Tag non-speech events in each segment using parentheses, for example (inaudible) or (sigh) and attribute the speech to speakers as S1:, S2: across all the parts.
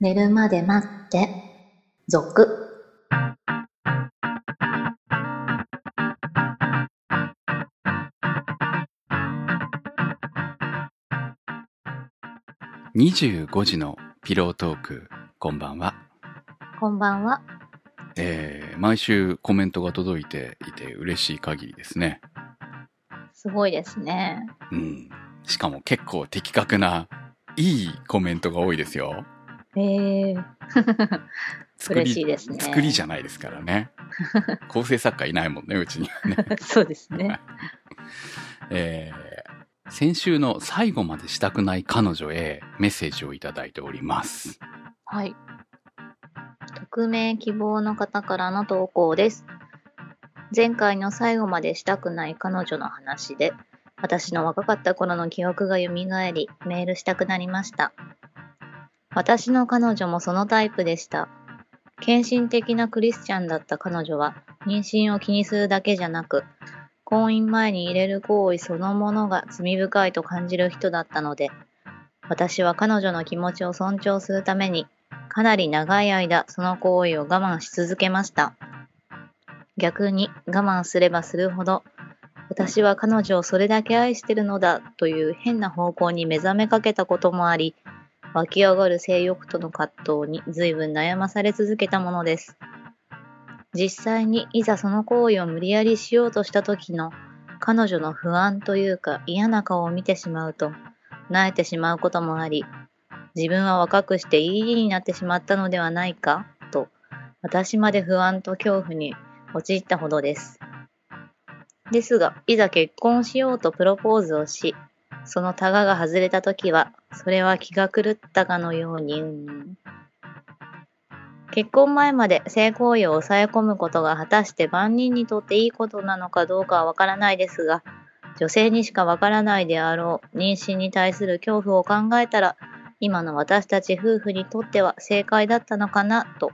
S1: 寝るまで待って、続。
S2: 25時のピロートーク、こんばんは。
S1: こんばんは。
S2: えー毎週コメントが届いていて嬉しい限りですね。
S1: すごいですね。
S2: うん。しかも結構的確な、いいコメントが多いですよ。
S1: ええ
S2: 作り
S1: 嬉しいですね。
S2: 作りじ
S1: ゃ
S2: ゃないですから
S1: (laughs)
S2: ね。構成作家いないもんね、うちに。
S1: ん。 (laughs) そうですね。
S2: (laughs) えー先週の最後までしたくない彼女へメッセージをいただいております。
S1: はい。匿名希望の方からの投稿です。前回の最後までしたくない彼女の話で、私の若かった頃の記憶が蘇り、メールしたくなりました。私の彼女もそのタイプでした。献身的なクリスチャンだった彼女は、妊娠を気にするだけじゃなく、婚姻前に入れる行為そのものが罪深いと感じる人だったので、私は彼女の気持ちを尊重するために、かなり長い間その行為を我慢し続けました。逆に我慢すればするほど、私は彼女をそれだけ愛してるのだという変な方向に目覚めかけたこともあり、湧き上がる性欲との葛藤に随分悩まされ続けたものです。実際にいざその行為を無理やりしようとした時の彼女の不安というか嫌な顔を見てしまうと、萎えてしまうこともあり、自分は若くしていい家になってしまったのではないかと私まで不安と恐怖に陥ったほどですですがいざ結婚しようとプロポーズをしそのタガが外れた時はそれは気が狂ったかのようにうん結婚前まで性行為を抑え込むことが果たして万人にとっていいことなのかどうかはわからないですが女性にしかわからないであろう妊娠に対する恐怖を考えたら今の私たち夫婦にとっては正解だったのかなと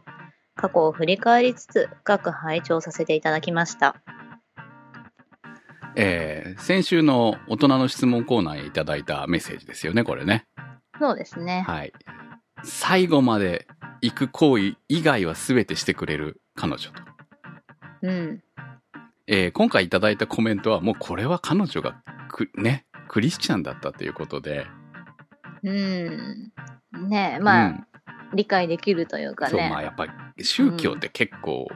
S1: 過去を振り返りつつ深く拝聴させていただきました
S2: えー先週の大人の質問コーナーへいただいたメッセージですよね、これね。
S1: そうですね、
S2: はい。最後まで行く行為以外は全てしてくれる彼女と。
S1: うん
S2: えー今回いただいたコメントはもうこれは彼女がく、ね、クリスチャンだったということで。
S1: うんねえまあ、
S2: うん
S1: 理解できるというか
S2: そう、まあ
S1: ね
S2: やっぱり宗教って結構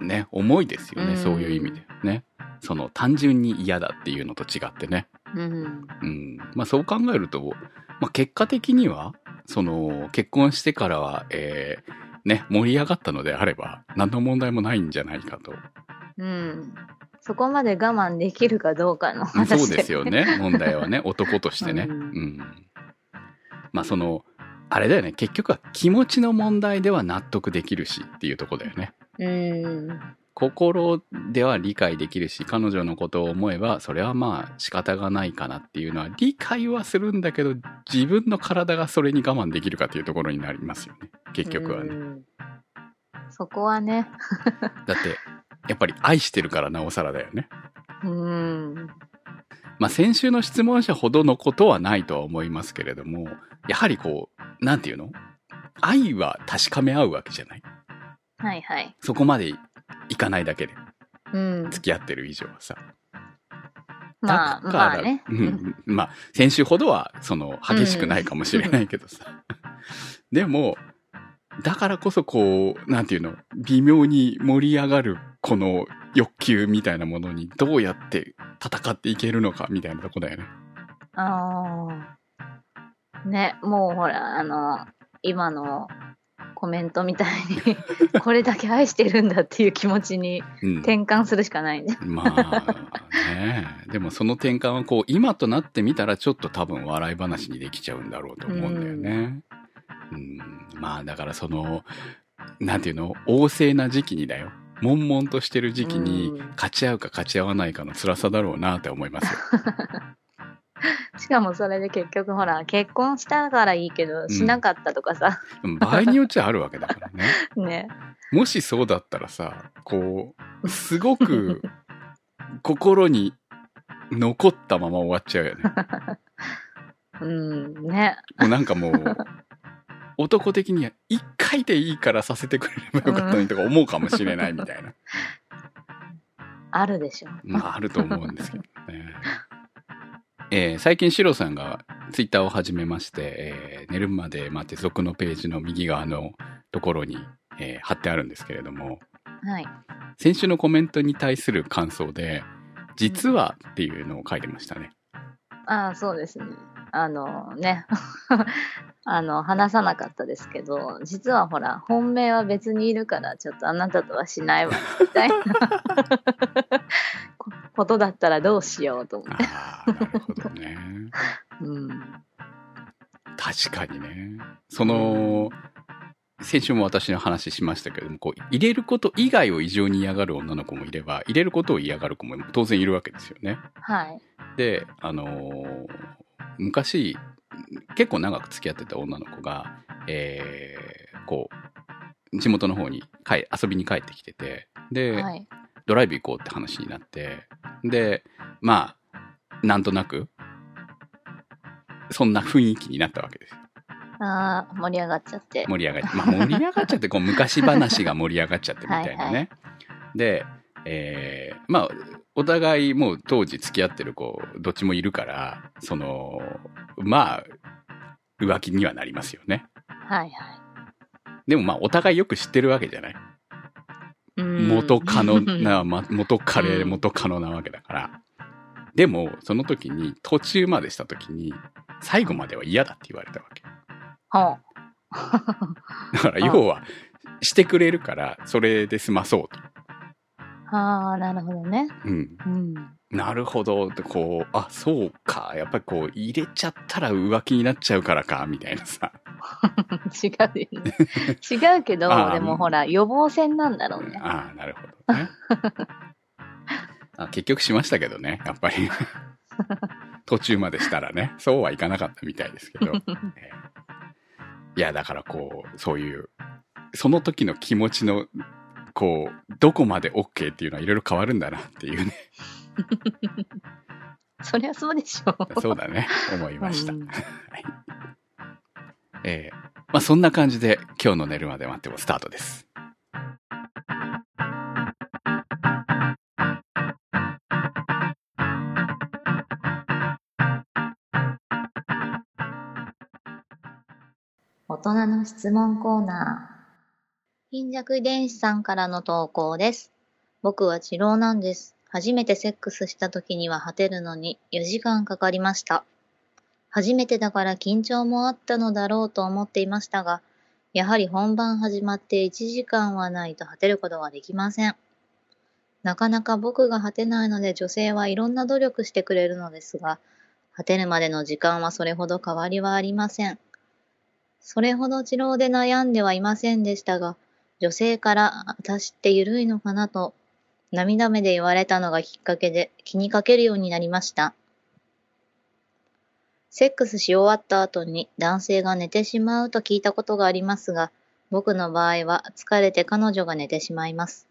S2: ね、重いですよね、
S1: うん
S2: そういう意味で。ね。その単純に嫌だっていうのと違ってね。
S1: うん
S2: うん。まあそう考えると、まあ結果的には、その結婚してからは、えーね、盛り上がったのであれば、何の問題もないんじゃないかと。
S1: うんそこまで我慢できるかどうかの
S2: うん
S1: 話
S2: そうですよね。問題はね、男としてね。
S1: う
S2: うんん。まあその、あれだよね。結局は気持ちの問題では納得できるしっていうとこだよね。
S1: (laughs) うん
S2: 心では理解できるし、彼女のことを思えば、それはまあ仕方がないかなっていうのは理解はするんだけど、自分の体がそれに我慢できるかっていうところになりますよね。結局は
S1: う
S2: ね。
S1: んそこはね
S2: だって、やっぱり愛してるからなおさらだよね。
S1: うん
S2: まあ、先週の質問者ほどのことはないとは思いますけれども、やはりこう、なんていうの愛は確かめ合うわけじゃない
S1: はいはい
S2: そこまでいかないだけで、
S1: うん
S2: 付き合ってる以上はさ。
S1: まあ
S2: だから
S1: まあね、
S2: う、ん。まあ、先週ほどは、その、激しくないかもしれないけどさ。でも、だからこそこう、なんていうの、微妙に盛り上がる、この欲求みたいなものに、どうやって戦っていけるのか、みたいなとこだよね。
S1: ああ。ね、もうほら、あの、今のコメントみたいに、これだけ愛してるんだっていう気持ちに
S2: うん。
S1: 転換するしかないね。
S2: まあね、でもその転換はこう今となってみたらちょっと多分笑い話にできちゃうんだろうと思うんだよね。うん、まあだからそのなんていうの旺盛な時期にだよ悶々としてる時期に
S1: うん
S2: 勝ち合うか勝ち合わないかの辛さだろうなって思いますよ。
S1: しかもそれで結局ほら、結婚したからいいけど、
S2: ん
S1: しなかったとかさ、
S2: うん場合によっちゃあるわけだから (laughs) ね。
S1: ね。
S2: もしそうだったらさこうすごく心に残ったまま終わっちゃうよね。
S1: うん、ね。
S2: もうなんかもう、男的には一回でいいからさせてくれればよかったのにとか思うかもしれないみたいな。
S1: あるでしょ。
S2: まああると思うんですけどね。えー最近シロさんがツイッターを始めまして、えー寝るまでまあ接続のページの右側のところに、えー貼ってあるんですけれども、
S1: はい。
S2: 先週のコメントに対する感想で、実はっていうのを書いてましたね。
S1: ああ、そうですね。あのね、 (laughs) あの、話さなかったですけど、実はほら、本命は別にいるから、ちょっとあなたとはしないわ、みたいな (laughs) こことだったらどうしようと思って。
S2: ああ、なるほどね。
S1: うん。
S2: 確かにね。その、先週も私の話しましたけれども、こう、入れること以外を異常に嫌がる女の子もいれば、入れることを嫌がる子も当然いるわけですよね。
S1: はい。
S2: で、あのー昔、結構長く付き合ってた女の子が、えーこう、地元の方に帰遊びに帰ってきてて、で、
S1: はい。
S2: ドライブ行こうって話になって、で、まあ、なんとなく、そんな雰囲気になったわけです。
S1: ああ、盛り上がっちゃって。
S2: 盛り上がっ、まあ、 (laughs) 盛り上がっちゃって、こう、昔話が盛り上がっちゃってみたいな
S1: は
S2: ね。
S1: いは
S2: で、えーまあ、お互いもう当時付き合ってる子、どっちもいるから、その、まあ、浮気にはなりますよね。
S1: はいはい。
S2: でもまあ、お互いよく知ってるわけじゃない。
S1: うん
S2: 元カノな、
S1: うん (laughs)
S2: ま、元カレ
S1: うん
S2: 元カノなわけだから。でも、その時に、途中までした時に、最後までは嫌だって言われたわけ。
S1: ほう
S2: だから、
S1: あ
S2: 要は、してくれるから、それで済まそうと。
S1: ああ、なるほどね。
S2: うん。
S1: うん。 (laughs)
S2: なるほど、ってこう、あ、そうか。やっぱりこう、入れちゃったら浮気になっちゃうからか、みたいなさ。
S1: 違うよ
S2: (laughs)
S1: ね。違うけど
S2: あ、ー
S1: でもほら、予防線なんだろうね。
S2: ああ、なるほど
S1: (laughs)
S2: ね。あ結局しましたけどね、やっぱり。途中までしたらね、そうはいかなかったみたいですけ
S1: (laughs)
S2: ど。ええいや、だからこう、そういう、その時の気持ちの、こう、どこまで OK っていうのはいろいろ変わるんだなってい
S1: (laughs)
S2: うね、
S1: そりゃそうでしょ。
S2: そうだね、思いました
S1: う。ん
S2: ええまあそんな感じで今日の寝るまで待ってもスタートです。
S1: 大人の質問コーナー。貧弱遺伝子さんからの投稿です。僕は治療なんです。初めてセックスした時には果てるのに4時間かかりました。初めてだから緊張もあったのだろうと思っていましたが、やはり本番始まって1時間はないと果てることができません。なかなか僕が果てないので女性はいろんな努力してくれるのですが、果てるまでの時間はそれほど変わりはありません。それほど治療で悩んではいませんでしたが、女性から私って緩いのかなと涙目で言われたのがきっかけで気にかけるようになりました。セックスし終わった後に男性が寝てしまうと聞いたことがありますが、僕の場合は疲れて彼女が寝てしまいます。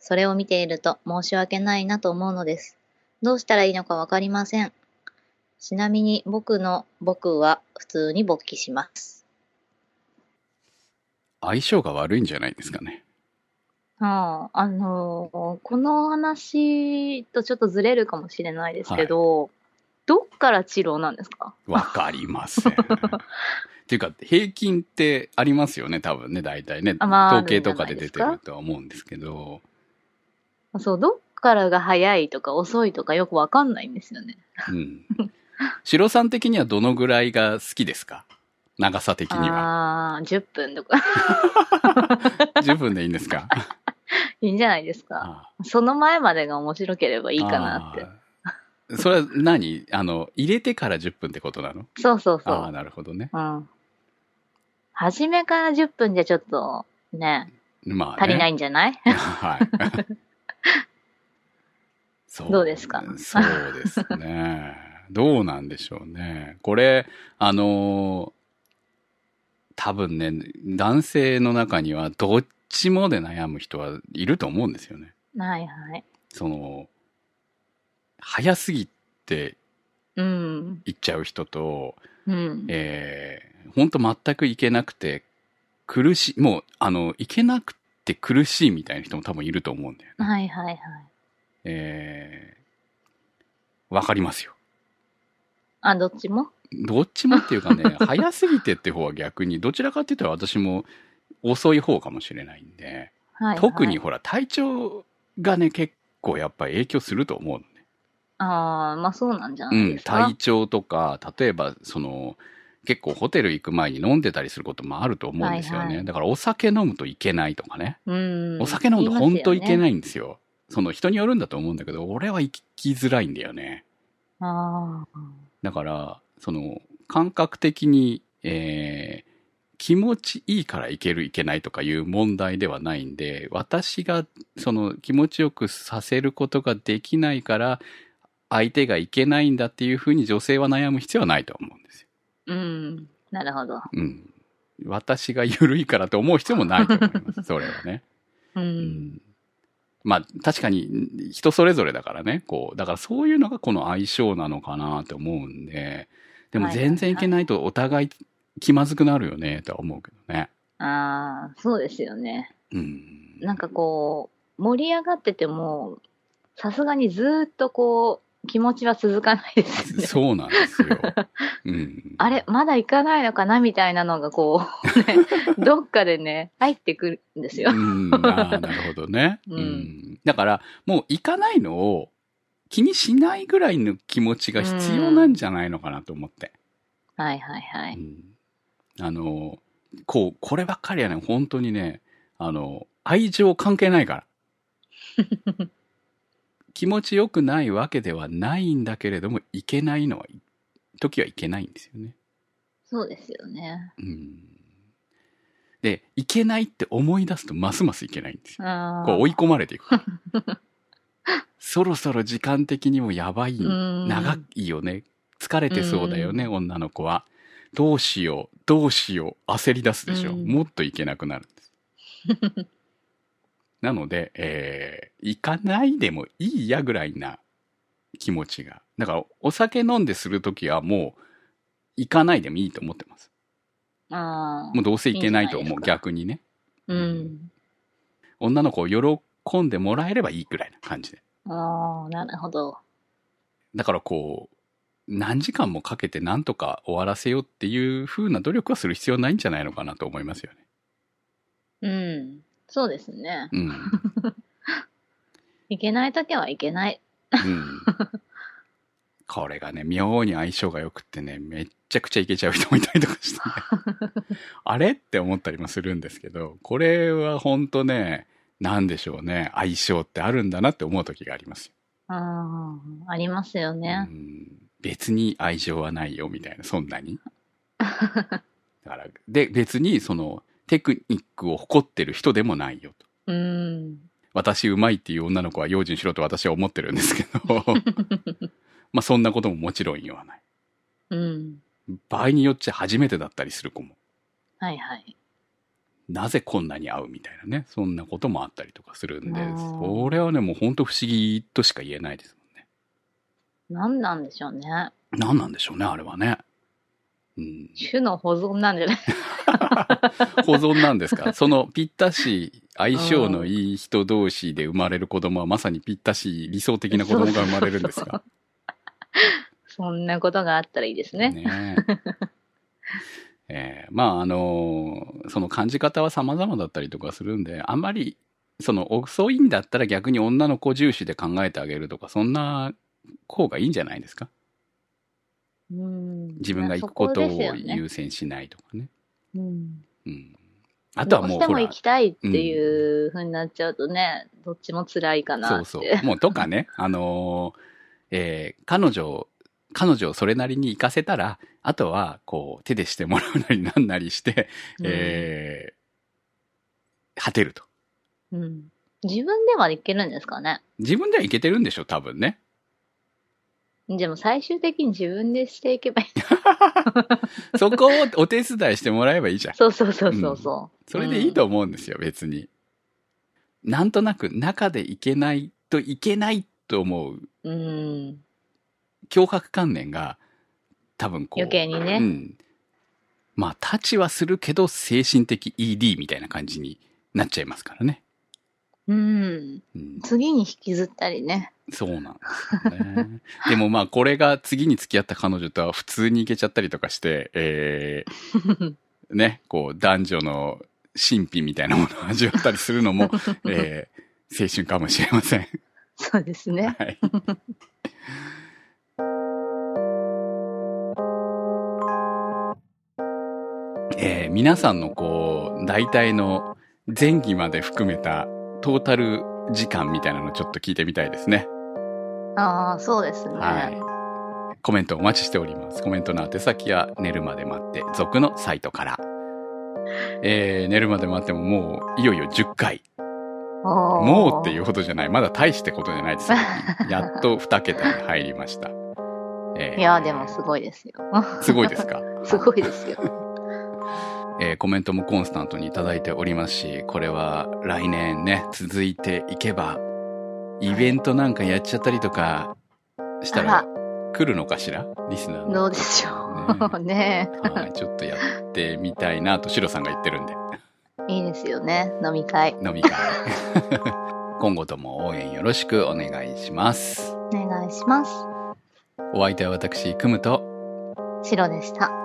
S1: それを見ていると申し訳ないなと思うのです。どうしたらいいのかわかりません。ちなみに僕の僕は普通に勃起します。
S2: 相性が悪いんじゃないですかね。
S1: ああ、あのーこの話とちょっとずれるかもしれないですけど、どっから治療なんですか
S2: わかりませ
S1: (laughs)
S2: ん。っていうか、平均ってありますよね、多分ね、大体ね。
S1: あまあ
S2: 統計とか
S1: あ
S2: で
S1: るんじゃないで
S2: 出
S1: す
S2: て
S1: か
S2: るとは思うんですけど、
S1: そう、どっからが早いとか遅いとかよくわかんないんですよね。
S2: うん。白さん的にはどのぐらいが好きですか長さ的には。
S1: ああ、10分とか (laughs)
S2: 十分でいいんですか
S1: いいんじゃないですか。
S2: あ
S1: その前までが面白ければい (laughs)
S2: い
S1: いかなって。
S2: て。それは何あの、入れてから10分ってことなの
S1: そうそう
S2: ああ、
S1: そ
S2: なるほどね。
S1: う。うん。初めから10分じゃちょっとね、
S2: まあ、ね。
S1: 足りないんじゃない、 (laughs)
S2: はい。そ
S1: どうですか
S2: そうですね。どうなんでしょうね。これ、あのー多分ね、男性の中にはどっちもで悩む人はいると思うんですよね。
S1: はいはい。
S2: その、早すぎて
S1: うん。
S2: 言っちゃう人と、
S1: うん。
S2: えほんと全く行けなくて、苦しい、もう、あの、行けなくて苦しいみたいな人も多分いると思うんだよね。
S1: はいはいはい。
S2: えー、わかりますよ。
S1: あ、どっちも
S2: どっちもってい
S1: (laughs)
S2: うかね、早すぎてって方は逆に、どちらかって言ったら私も遅い方かもしれないんで、
S1: はい、はい。
S2: 特に。ほら、体調がね、結構やっぱり影響すると思うのね。
S1: ああ、まあそうなんじゃな
S2: う
S1: いで
S2: ん、
S1: すか。
S2: 体調とか、例えば、その、結構ホテル行く前に飲んでたりすることもあると思うんですよね。
S1: はいはい
S2: だからお酒飲むといけないとかね。
S1: うん。
S2: お酒飲むと本当いけ
S1: い。
S2: ないんですよ。その人によるんだと思うんだけど、俺は行きづらいんだよね。
S1: ああ。
S2: だから、その、感覚的に、えー気持ちいいからいけるいけないとかいう問題ではないんで、私がその気持ちよくさせることができないから、相手がいけないんだっていうふうに女性は悩む必要はないと思うんですよ。
S1: うん。なるほど。
S2: うん。私が緩いからと思う必要もないと思います。それはね。
S1: う。
S2: うんんまあ確かに人それぞれだからねこうだからそういうのがこの相性なのかなと思うんででも
S1: はい
S2: 全然いけないとお互い気まずくなるよねとは思うけどね。
S1: ああ、そうですよね。
S2: うん、
S1: なんかこう、盛り上がってても、さすがにずーっとこう、気持ちは続かないですね。
S2: (laughs) そうなんですよ。うん、
S1: (laughs) あれ、まだ行かないのかなみたいなのがこう、
S2: (laughs)
S1: ね、どっかでね、入ってくるんですよ
S2: う。ん、あーなるほどね、
S1: (laughs) うん
S2: だからもう行かないのを気にしないぐらいの気持ちが必要なんじゃないのかなと思って。
S1: はいはいはい。
S2: うんあのこうこればっかりはね本当にねあの愛情関係ないから
S1: (laughs)
S2: 気持ちよくないわけではないんだけれどもいけないのは時はいけないんですよね、
S1: そうですよね。
S2: うん、でいけないって思い出すとますますいけないんですよ
S1: あ
S2: こう追い込まれていくから
S1: (laughs)
S2: そろそろ時間的にもやばいん長いよね疲れてそうだよね、女の子はどうしようどうしよう焦り出すでしょ、
S1: うん
S2: もっといけなくなるんです
S1: (laughs)
S2: なので、えー行かないでもいいやぐらいな気持ちがだからお酒飲んでする時はもう行かないでもいいと思ってます
S1: あー
S2: もうどうせ行けないと思う
S1: いいんじゃ
S2: 逆にね
S1: うん。
S2: 女の子を喜んでもらえればいいぐらいな感じで
S1: ああ、なるほど。
S2: だからこう、何時間もかけてなんとか終わらせようっていう風な努力はする必要ないんじゃないのかなと思いますよね。
S1: うん。そうですね。
S2: うん。
S1: いけないときはいけない。
S2: うん。 (laughs) これがね、妙に相性が良くってね、めっちゃくちゃいけちゃう人もいたりとかしてね。あれって思ったりもするんですけど、これはほんとね、なんでしょうね、相性ってあるんだなって思う時がありますよ。
S1: ああ、ありますよね
S2: う。ん、別に愛情はないよみたいなそん
S1: (laughs)
S2: なにだからで別にそのテクニックを誇ってる人でもないよと
S1: うん。
S2: 私うまいっていう女の子は用心しろと私は思ってるんですけ
S1: (laughs)
S2: どまあそんなことももちろん言わない
S1: うん。
S2: 場合によっちゃ初めてだったりする子も
S1: はいはい。
S2: なぜこんなに合うみたいなねそんなこともあったりとかするんで
S1: あー
S2: それはねもうほんと不思議としか言えないですもんね
S1: 何なんでしょうね。
S2: 何なんでしょうねあれはねうん
S1: 種の保存なんじゃない (laughs)
S2: 保存なんですかそのぴったし相性のいい人同士で生まれる子供はまさにぴったし理想的な子供が生まれるんですか
S1: そんなことがあったらいいですね。
S2: ええーまああのーその感じ方は様々だったりとかするんであんまりその遅いんだったら逆に女の子重視で考えてあげるとかそんな方がいいんじゃないですか
S1: うん。
S2: 自分が行くこと
S1: まあ
S2: を
S1: そこですよね
S2: 優先しないとかね
S1: うん。
S2: うん、あとは
S1: ど
S2: も
S1: うし
S2: う
S1: て
S2: ほ
S1: も
S2: ら
S1: 行きたいっていうふうになっちゃうとね、どっちも辛いかなって。
S2: そうそう。もうとかね、 (laughs) あのーえー彼女を、彼女をそれなりに行かせたら、あとは、こう、手でしてもらうなりなんなりして、
S1: うん
S2: えー果てると。
S1: うん自分ではいけるんですかね。
S2: 自分ではいけてるんでしょ、多分ね。
S1: でも最終的に自分でしていけばいい。
S2: そこをお手伝いしてもらえばいいじゃ
S1: (laughs)
S2: ん。
S1: そうそうそうそうそう。
S2: それでいいと思うんですよ、別に。なんとなく、中でいけないといけないと思う
S1: うん。うん。
S2: 脅迫観念が、多分こう。
S1: 余計に
S2: う
S1: ね。
S2: ん。まあ、立ちはするけど、精神的 ED みたいな感じになっちゃいますからね。
S1: うん。
S2: うん、
S1: 次に引きずったりね。 (laughs)
S2: そうなんですよね。でもまあ、これが次に付き合った彼女とは普通に行けちゃったりとかして、えー、ね、こう、男女の神秘みたいなものを味わったりするのも、えー、青春かもしれません。
S1: そうですね。
S2: はい。 (laughs) えー皆さんのこう、大体の前期まで含めたトータル時間みたいなのちょっと聞いてみたいですね。
S1: ああ、そうですね。
S2: はい。コメントお待ちしております。コメントの宛先は、寝るまで待って、続のサイトから。えー、寝るまで待ってももう、いよいよ10回。もう
S1: も
S2: っていうほどじゃない。まだ大してことじゃないですよ。やっと2桁に入りました。えー
S1: いや、でもすごいですよ。 (laughs)
S2: すごいですか。 (laughs)
S1: すごいですよ。
S2: えーコメントもコンスタントにいただいておりますし、これは来年ね、続いていけば、イベントなんかやっちゃったりとかし
S1: あ
S2: たら、来るのかしらリスナーの。
S1: どうでしょう。 (laughs) ね
S2: はい、ちょっとやってみたいなとシロさんが言ってるんで、
S1: いいですよね。飲み会。
S2: 飲
S1: (laughs)
S2: み会。今後とも応援よろしくお願いします。
S1: お願いします。
S2: お相手は私、くむと、
S1: 白でした。